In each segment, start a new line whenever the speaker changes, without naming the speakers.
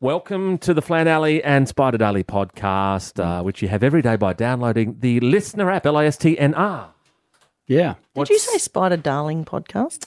Welcome to the Flan Alley and Spider Daily podcast, uh, which you have every day by downloading the listener app, L I S T N R.
Yeah.
What's
Did you say Spider Darling podcast?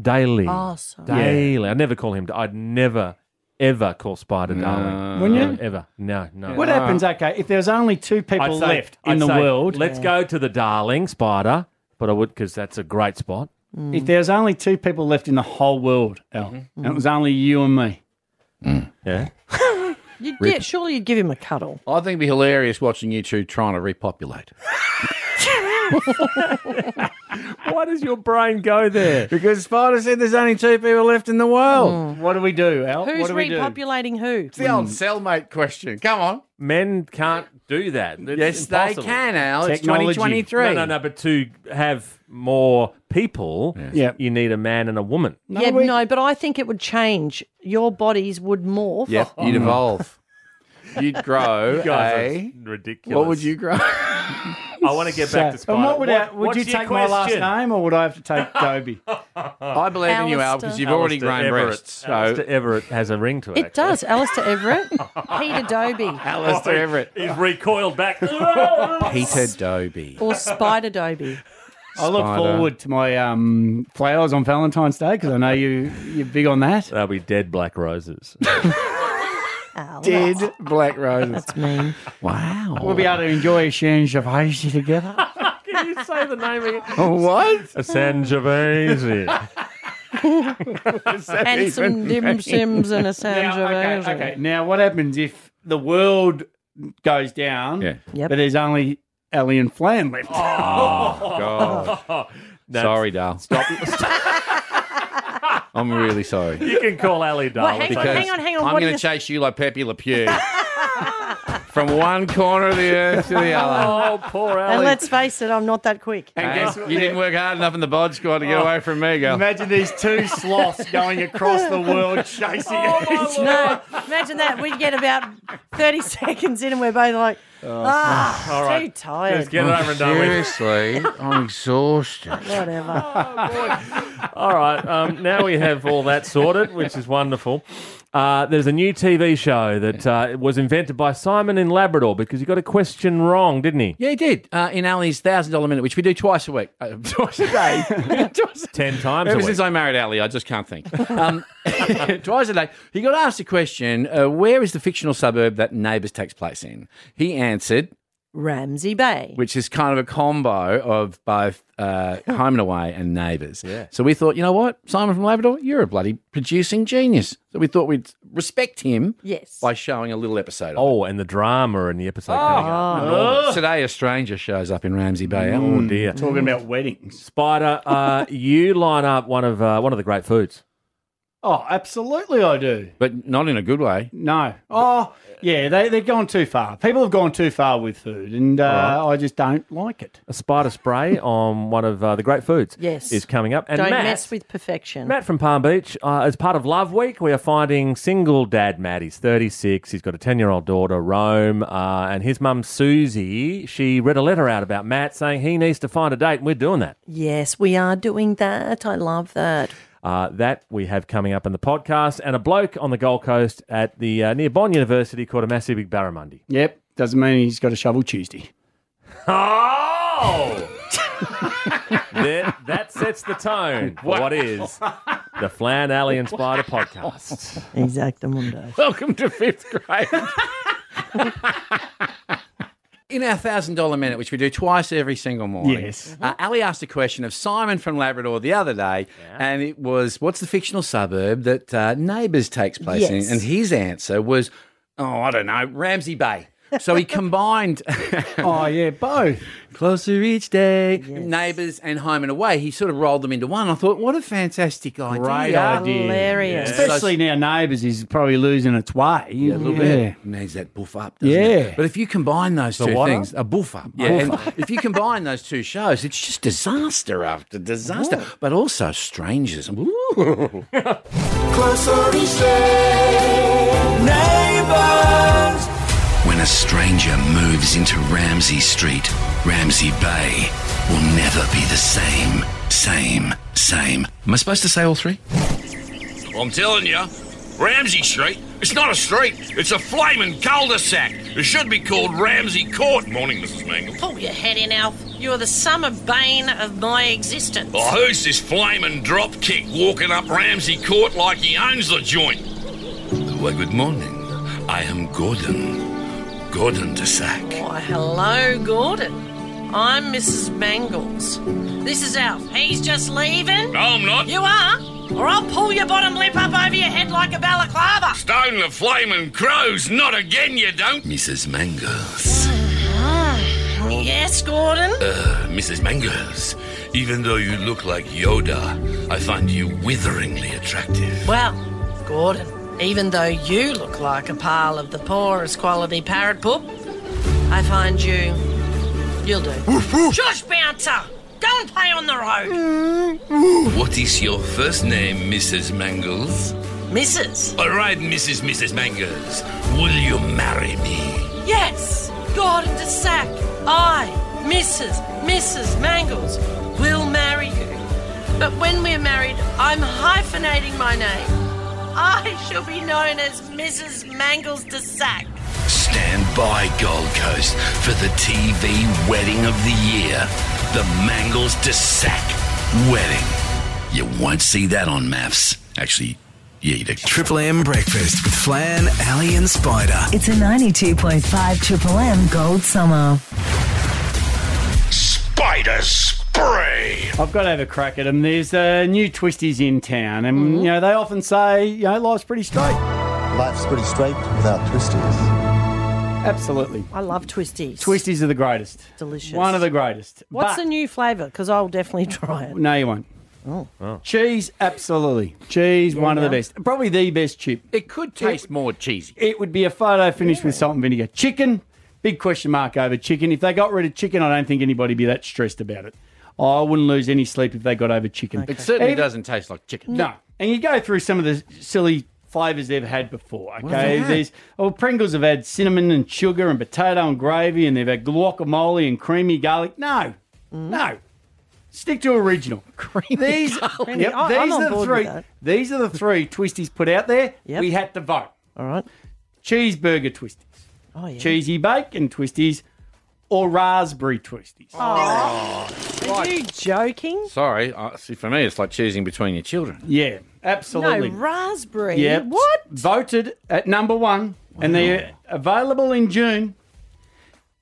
daily?
Oh, sorry.
Daily. I never call him. I'd never, ever call Spider Darling.
Wouldn't you?
Ever. No, no.
What happens, okay, if there's only two people
say-
left
Ah.
in
I'd
the
say,
world,
Let's go to the Darling Spider, but I would because that's a great spot. Mm.
if there's only two people left in the whole world, Al,
Mm-hmm.
and it was only you and me,
Yeah.
You'd, yeah, surely you'd give him a cuddle.
I think it'd be hilarious watching you two trying to repopulate.
Why does your brain go there?
Because Spider said there's only two people left in the world.
what do we do, Al?
Who's
what do we do?
repopulating who?
It's the old cellmate question. Come on.
Men can't do that. It's
yes,
impossible.
they can, Al. It's
Technology.
2023.
No, no, no. But to have more people,
Yeah.
you need a man and a woman.
yeah,
we-
no, but I think it would change. Your bodies would morph.
Yep, you'd evolve. You'd grow
Guys,
a...
that's ridiculous.
What would you grow?
I want to get back to
So-
Spider.
and what would, I, would
what's
you
your
take my last
question?
name, or would I have to take Dobie?
I believe in you, Al,
Alistair.
because you've already
Alistair
grown
Everett.
breasts. So,
Alistair Everett has a ring to it.
It does. Alistair Everett, Peter Dobie,
Alistair Everett.
He's recoiled back.
Peter Dobie.
or Spider Dobie.
I look
Spider.
forward to my um, flowers on Valentine's Day because I know you you're big on that.
They'll be dead black roses.
Ow.
Oh. Dead black roses.
That's mean.
Wow.
We'll be able to enjoy a Shange together.
Can you say the name again?
Oh, what?
Sangiovese.
And some dim sims and a
Now,
Sangiovese.
okay, okay. Now, what happens if the world goes down,
Yeah.
Yep.
but there's only Ellie and Flan left?
Oh, God. Sorry, Dal. Stop. I'm really sorry.
you can call Ali
Well,
darling.
hang on,
Because
hang on, hang on.
I'm
What do
going to
you-
chase you like Pepe Le Pew. From one corner of the earth to the other.
Oh, poor Ali.
and let's face it, I'm not that quick.
And guess what? You didn't work hard enough in the bod squad to get away from me, girl.
Imagine these two sloths going across the world chasing
Oh,
each other.
No, imagine that. We'd get about 30 seconds in and we're both like, ah, too
right.
tired.
Let's get it over and done with.
Seriously, I'm exhausted.
Whatever.
All right. Um, now we have all that sorted, which is wonderful. Uh, there's a new TV show that uh, was invented by Simon in Labrador because he got a question wrong, didn't he?
Yeah, he did. Uh, in Ali's thousand dollar minute, which we do twice a week, uh, twice a day. Twice a-
Ten times. a
Ever
week.
since I married Ali, I just can't think. Um, twice a day, he got asked a question: uh, Where is the fictional suburb that Neighbours takes place in? He answered,
Ramsey Bay.
which is kind of a combo of both uh, Home and Away and Neighbours. Yeah. So we thought, you know what, Simon from Labrador, you're a bloody producing genius. So we thought we'd respect him
Yes.
by showing a little episode. Of
Oh, and the drama in the episode.
Oh.
coming up.
it. Today, a stranger shows up in Ramsey Bay.
Oh dear.
Talking about weddings.
Spider, uh, you line up one of uh, one of the great foods.
Oh, absolutely, I do.
But not in a good way.
No. Oh, yeah, they, they've gone too far. People have gone too far with food, and uh, I just don't like it.
A spider spray on one of uh, the great foods.
Yes.
is coming up. And
Don't
Matt,
mess with perfection.
Matt from Palm Beach, uh, as part of Love Week, we are finding single dad Matt. He's 36. He's got a 10 year old daughter, Rome, uh, and his mum, Susie. She read a letter out about Matt saying he needs to find a date, and we're doing that.
Yes, we are doing that. I love that.
Uh, that we have coming up in the podcast. And a bloke on the Gold Coast at the uh, near Bond University called a massive big barramundi.
Yep, doesn't mean he's got a shovel Tuesday.
Oh! there, that sets the tone for what is the Flan Alley and Spider podcast.
Exact mundo.
Welcome to fifth grade. In our thousand dollar minute, which we do twice every single morning,
Yes.
uh, Ali asked a question of Simon from Labrador the other day, and it was, "What's the fictional suburb that uh, Neighbours takes place
Yes.
in?" And his answer was, "Oh, I don't know, Ramsey Bay." So he combined
Oh, yeah, both.
closer each day, Neighbours and Home and Away. He sort of rolled them into one. I thought, what a fantastic idea!
Great idea.
Hilarious.
Especially now, neighbours is probably losing its way. Yeah,
A little bit needs that buff up, doesn't
Yeah.
it? But if you combine those two
what
things, a buff up. Yeah. and if you combine those two shows, it's just disaster after disaster. But also strangers. Ooh.
When a stranger moves into Ramsey Street, Ramsey Bay will never be the same. Same, same. Am I supposed to say all three? I'm telling you, Ramsey Street
It's not a street. It's a flaming cul-de-sac. It should be called Ramsey Court. Morning, Mrs. Mangle.
Pull your head in, Alf. You're the summer bane of my existence.
Oh, who's this flaming dropkick walking up Ramsey Court like he owns the joint?
Well, good morning. I am Gordon. Gordon de Sac.
Why, hello, Gordon. I'm Mrs. Mangles. This is Alf. He's just leaving.
No, I'm not.
You are, or I'll pull your bottom lip up over your head like a balaclava.
Stone the flaming crows. Not again, you don't.
Mrs. Mangles.
Uh-huh. Yes, Gordon.
Uh, Mrs. Mangles, even though you look like Yoda, I find you witheringly attractive.
Well, Gordon, even though you look like a pile of the poorest quality parrot poop, I find you. You'll do. Josh Bouncer! Go and play on the road!
What is your first name, Mrs. Mangles?
Mrs.
All right, Mrs. Mrs. Mangles, will you marry me?
Yes! Gordon de Sack! I, Mrs. Mrs. Mangles, will marry you. But when we're married, I'm hyphenating my name. I shall be known as Mrs. Mangles de Sack.
Stand by, Gold Coast, for the TV wedding of the year the Mangles to Sack wedding. You won't see that on maps. Actually, yeah, you do.
Triple M breakfast with Flan, Ali, and Spider.
It's a 92.5 Triple M Gold Summer.
Spider spray.
I've got to have a crack at them. There's uh, new twisties in town, and
Mm-hmm.
you know they often say, you know, life's pretty straight.
Life's pretty straight without twisties.
Absolutely,
I love twisties.
twisties are the greatest.
Delicious.
One of the greatest.
What's
But-
the new flavour? Because I'll definitely try it.
No, you won't. Oh. Cheese, absolutely. Cheese, one of the
yeah.
best. Probably the best chip.
It could taste more cheesy.
It would be a photo finished with salt and vinegar. Chicken, big question mark over chicken. If they got rid of chicken, I don't think anybody'd be that stressed about it. I wouldn't lose any sleep if they got over chicken.
It certainly
Even-
doesn't taste like chicken.
No. And you go through some of the silly flavours they've had before,
have they
okay?
had?
These well Pringles have had cinnamon and sugar and potato and gravy and they've had guacamole and creamy garlic. No.
Mm.
No. Stick to original. Creamy these,
garlic.
Yep,
I- I'm
these
on
are the
board with
three.
that.
These are the three twisties put out there.
Yep.
We had to vote.
All right.
Cheeseburger twisties,
Oh, yeah.
cheesy bacon twisties, or raspberry twisties.
Oh. Are you joking?
Sorry, I, see, for me, it's like choosing between your children.
Yeah,
No,
absolutely.
raspberry.
Yep.
What?
Voted at number one, and they're available in June,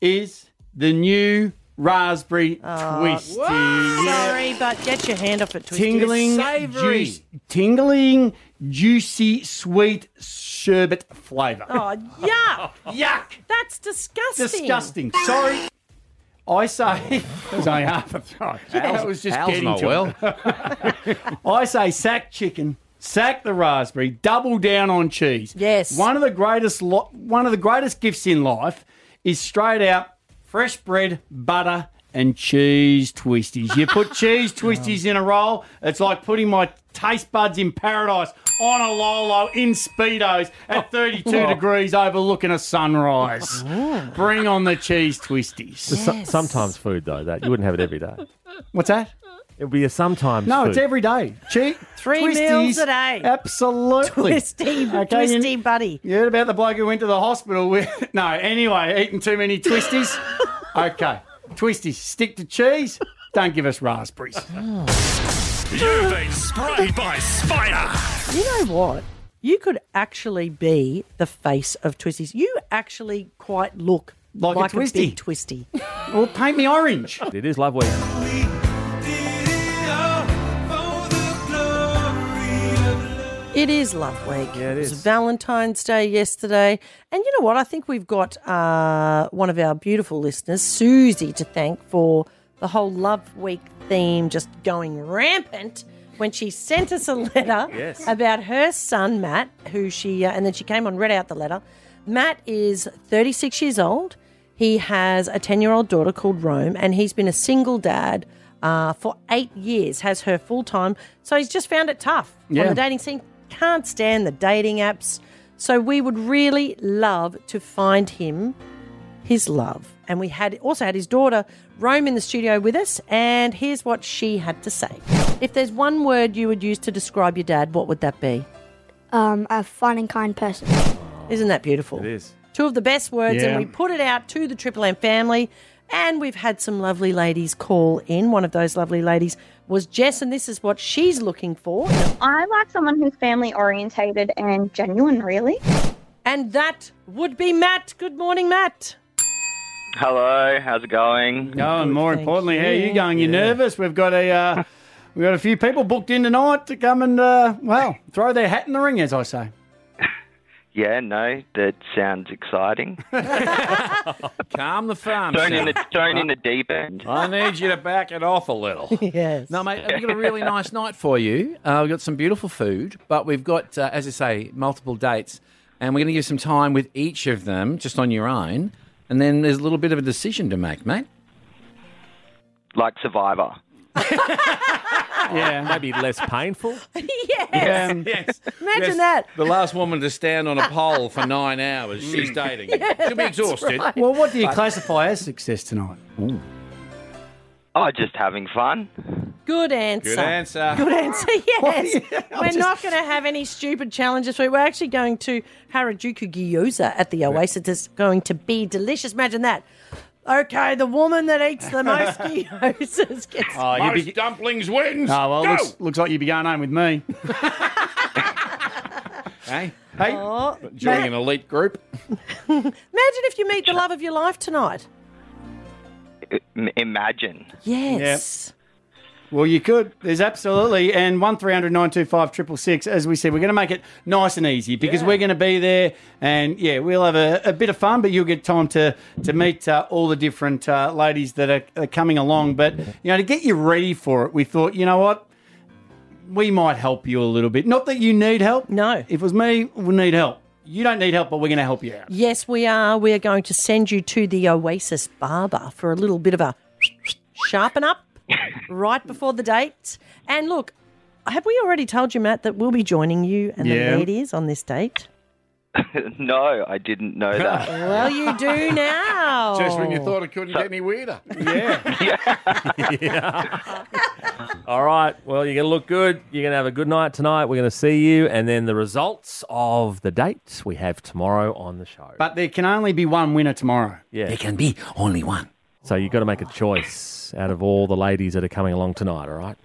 is the new raspberry
Uh,
twisty.
Sorry, but get your hand off it, Twisties.
Tingling,
Savoury.
juice, tingling, juicy, sweet sherbet flavour.
Oh, yuck.
Yuck!
That's disgusting.
Disgusting. Sorry. I say, it was only half a throw. That was just
Al's
getting
not
to it.
well.
I say sack chicken, sack the raspberry, double down on cheese.
Yes.
One of the greatest lo- one of the greatest gifts in life is straight out fresh bread, butter and cheese twisties. You put cheese twisties in a roll, it's like putting my taste buds in paradise on a Lolo in Speedos
Oh.
at 32 degrees overlooking a sunrise.
Oh.
Bring on the cheese twisties.
So- sometimes food though that you wouldn't have it every day.
What's that?
It would be a sometimes.
No, it's
food.
every day. Cheese,
Three meals a day.
Absolutely.
Twisty,
Okay, you-
twisty buddy.
You heard about the bloke who went to the hospital with. No, anyway, eating too many twisties. okay, twisties. Stick to cheese. Don't give us raspberries.
You've been sprayed by spider.
You know what? You could actually be the face of Twisties. You actually quite look
Like a twisty.
big twisty.
Or paint me orange.
It is love week.
It is Love Week. Yeah, it is. was Valentine's Day yesterday. And you know what? I think we've got uh, one of our beautiful listeners, Susie, to thank for the whole Love Week theme just going rampant when she sent us a letter about her son, Matt, who she, uh, and then she came on, read out the letter. Matt is 36 years old. He has a 10 year old daughter called Rome, and he's been a single dad uh, for eight years, has her full time. So he's just found it tough on
Yeah.
the dating scene. Can't stand the dating apps. So we would really love to find him his love. And we had also had his daughter Rome in the studio with us, and here's what she had to say. If there's one word you would use to describe your dad, what would that be?
um, a fun and kind person.
Isn't that beautiful? It
is.
Two of the best words,
Yeah.
and we put it out to the Triple M family. And we've had some lovely ladies call in. One of those lovely ladies was Jess, and this is what she's looking for.
I like someone who's family orientated and genuine, really.
And that would be Matt. Good morning, Matt.
Hello, how's it going?
No, and more importantly, how are you going? You nervous? We've got a uh, we've got a few people booked in tonight to come and uh, well throw their hat in the ring, as I say.
Yeah, no, that sounds exciting.
Calm the farm.
Thrown in
Sam.
the thrown in the deep end.
I need you to back it off a little.
yes.
No, mate, we've got a really nice night for you. Uh, we've got some beautiful food, but we've got, uh, as I say, multiple dates, and we're going to give some time with each of them just on your own, and then there's a little bit of a decision to make, mate.
Like Survivor.
yeah, Um,
maybe less painful.
yes.
yes.
Imagine
Yes.
that.
The last woman to stand on a pole for nine hours, she's dating.
Yeah,
She'll be
that's
exhausted.
right.
Well, what do you
But-
classify as success tonight?
Oh, just having fun.
Good answer.
Good answer.
Good answer. Yes. We're
just-
not going to have any stupid challenges for you. We're actually going to Harajuku Gyoza at the Oasis. It's going to be delicious. Imagine that. Okay, the woman that eats the most gyozas gets.
Oh,
Uh,
you
Most dumplings wins.
Ah,
Oh well,
Go!
looks, looks like you'd be going home with me.
hey,
hey,
Oh,
Joining
Matt,
an elite group.
imagine if you meet the love of your life tonight.
I- imagine.
Yes.
Well, you could. There's absolutely. And 1300 925 666, as we said, we're going to make it nice and easy because we're going to be there. And yeah, we'll have a, a bit of fun, but you'll get time to, to meet uh, all the different uh, ladies that are, are coming along. But, you know, to get you ready for it, we thought, you know what? We might help you a little bit. Not that you need help.
No.
If it was me, we need help. You don't need help, but we're going to help you out.
Yes, we are. We are going to send you to the Oasis Barber for a little bit of a sharpen up right before the date. And look, have we already told you, Matt, that we'll be joining you and
Yeah.
the ladies on this date?
no, I didn't know that.
Well, you do now.
Just when you thought
it couldn't get any weirder.
yeah. All right. Well, you're going to look good. You're going to have a good night tonight. We're going to see you. And then the results of the dates we have tomorrow on the show.
But there can only be one winner tomorrow.
Yeah. There
can be only one.
So you've got to make a choice out of all the ladies that are coming along tonight, all right?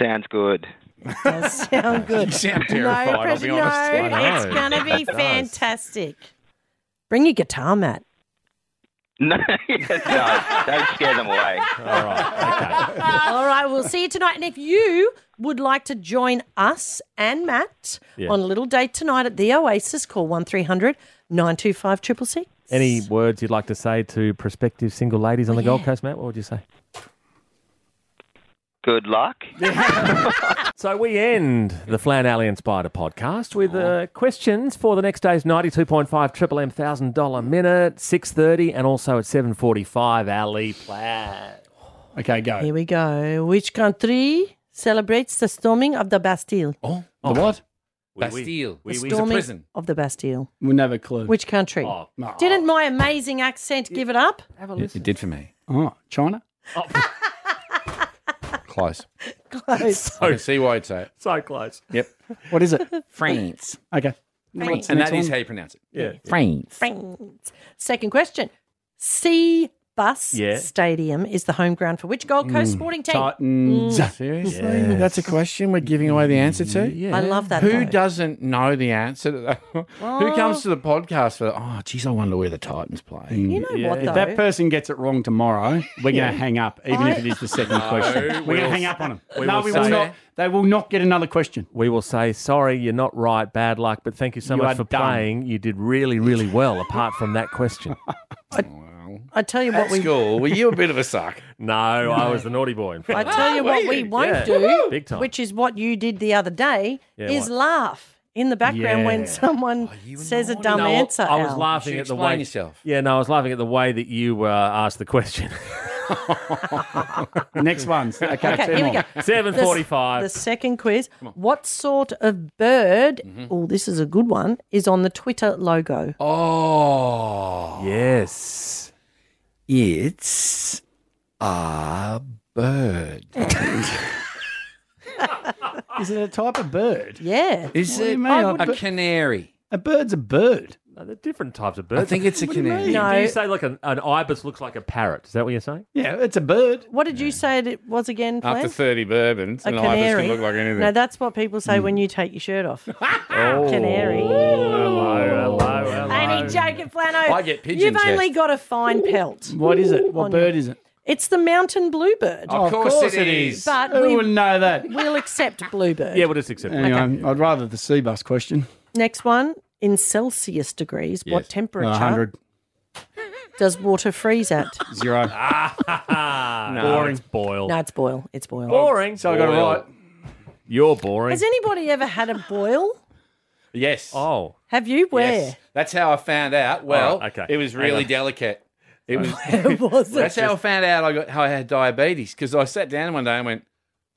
Sounds good.
Does sound good.
You sound terrified,
No,
I'll be
pressure-
honest. I
No,
know.
it's going to be
It does.
fantastic. Bring your guitar, Matt.
No, no, don't scare them away. All right.
All right, we'll see you tonight. And if you would like to join us and Matt
Yeah.
on a little date tonight at the Oasis, call 1300 925 666.
Any words you'd like to say to prospective single ladies on the Gold Coast, Matt? What would you say?
Good luck.
So we end the Flan Alley and Spider podcast with uh, questions for the next day's 92.5 Triple M thousand dollar minute, 6.30 and also at 7.45 Alley Plan.
Okay, go.
Here we go. Which country celebrates the storming of the Bastille?
Oh,
Oh.
what?
Bastille.
the storming of the Bastille.
We'll never clue.
Which country? Didn't my amazing accent give it up? Have a
It, it did for me.
Oh, China?
Close.
Close.
I can see why you'd say it.
So close.
Yep.
What is it?
France.
Okay.
France.
And that is how you pronounce it. France.
Friends. Second question. Sea Bus
Yeah.
Stadium is the home ground for which Gold Coast sporting team? Mm.
Seriously? That's a question we're giving away the answer to?
yeah. I love that,
Who
though.
doesn't know the answer to that? Who
Oh.
comes to the podcast for, oh, geez, I wonder where the Titans play?
You
know what,
If
though?
that person gets it wrong tomorrow, we're going to hang up, even if it is the second
No,
question. We're going
we'll-
to hang up on them.
we
no,
will
we will
say-
not. They will not get another question.
We will say, sorry, you're not right, bad luck, but thank you so
You
much for
are dumb.
playing. You did really, really well apart from that question.
I tell you what
At
we
school, were you a bit of a suck?
No, I was the naughty boy. In
I
front.
tell you what we won't
Yeah.
do,
Big time.
which is what you did the other day,
Yeah,
is
what?
laugh in the background
Yeah.
when someone says a dumb
No,
answer.
I was
Al.
laughing at the
explain
way
yourself.
Yeah, no, I was laughing at the way that you uh, asked the question.
Next ones. Okay,
Okay, here we go.
Seven
The s-
forty-five.
The second quiz. What sort of bird, oh, this is a good one, is on the Twitter logo?
Oh.
Yes.
It's a bird.
Is it a type of bird?
Yeah.
Is it a canary?
A bird's a bird.
No, they're different types of birds.
I think it's a
What do you
canary.
mean?
No.
Do you say like an, an ibis looks like a parrot? Is that what you're saying?
Yeah, it's a bird.
What did you say it was again, Flan?
After 30 bourbons,
A
an ibis
canary.
can look like anything.
No, that's what people say when you take your shirt off. Ah, Canary.
Oh, Hello, hello, hello.
Only joking, Flano.
I get pigeon
You've only
chest.
got a fine pelt.
What Oh, is it? What
on
bird
you.
is it?
It's the mountain bluebird.
Of course course it it is. is.
But
Who
we
wouldn't know that?
We'll accept bluebird.
Yeah, we'll just accept
Anyway, I'd rather the sea bus question.
Next one in Celsius degrees, what
Yes.
temperature
100.
does water freeze at?
Zero.
no,
Boring.
It's boil.
No, it's boil. It's boil.
Boring.
So I got it
Boil.
right.
You're boring.
Has anybody ever had a boil?
Yes.
Oh.
Have you? Where?
Yes. That's how I found out. Well,
right, okay.
it was
Hang
really
on.
delicate. It was.
was
that's how I found out I got how I had diabetes because I sat down one day and went,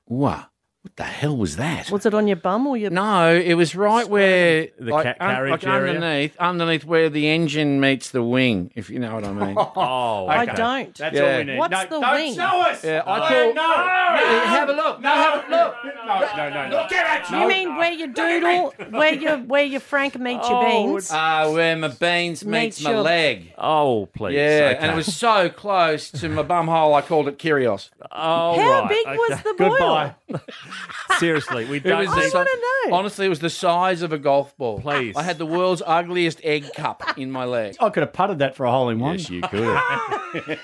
"What? What the hell was that?"
Was it on your bum or your?
No, it was right where
The
like,
ca-
un-
carriage
like
area?
underneath, underneath where the engine meets the wing. If you know what I mean.
Oh,
I
okay.
don't.
That's
Yeah.
all we need.
What's
no,
the
don't
wing?
show us.
Yeah, I
No,
call-
no, no,
have a look.
No, have a look. No, no, no, no.
Get at
You mean where your doodle, where your where your Frank meets your beans?
Ah, where my beans meets
Meets
my
your-
leg.
Oh, please.
Yeah,
Okay.
and it was so close to my bum hole, I called it Kyrios.
Oh,
How
right.
big
okay.
was the boil?
Goodbye.
Seriously, we don't
was
need
the-
I want to know.
Honestly, it was the size of a golf ball.
Please.
I had the world's ugliest egg cup in my leg.
I could have putted that for a hole in one.
you could.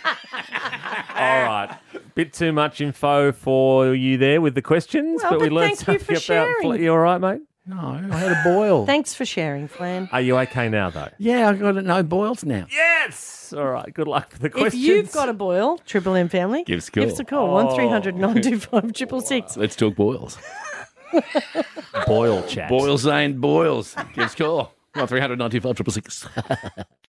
All right. Bit too much info for you there with the questions,
Well,
but we
but
learned
thank you
something
for
about. Fl-
sharing.
you all right, mate?
no, I had a boil.
Thanks for sharing, Flan.
Are you okay now, though?
yeah, I got no boils now.
Yes. All right. Good luck for the
If
Uh, questions.
you've got a boil, Triple M family,
Give us a call.
Give us a call. One three hundred nine two five triple six.
Let's talk boils.
boil chat.
Boils ain't boils. Give us a call. 1300 925 666.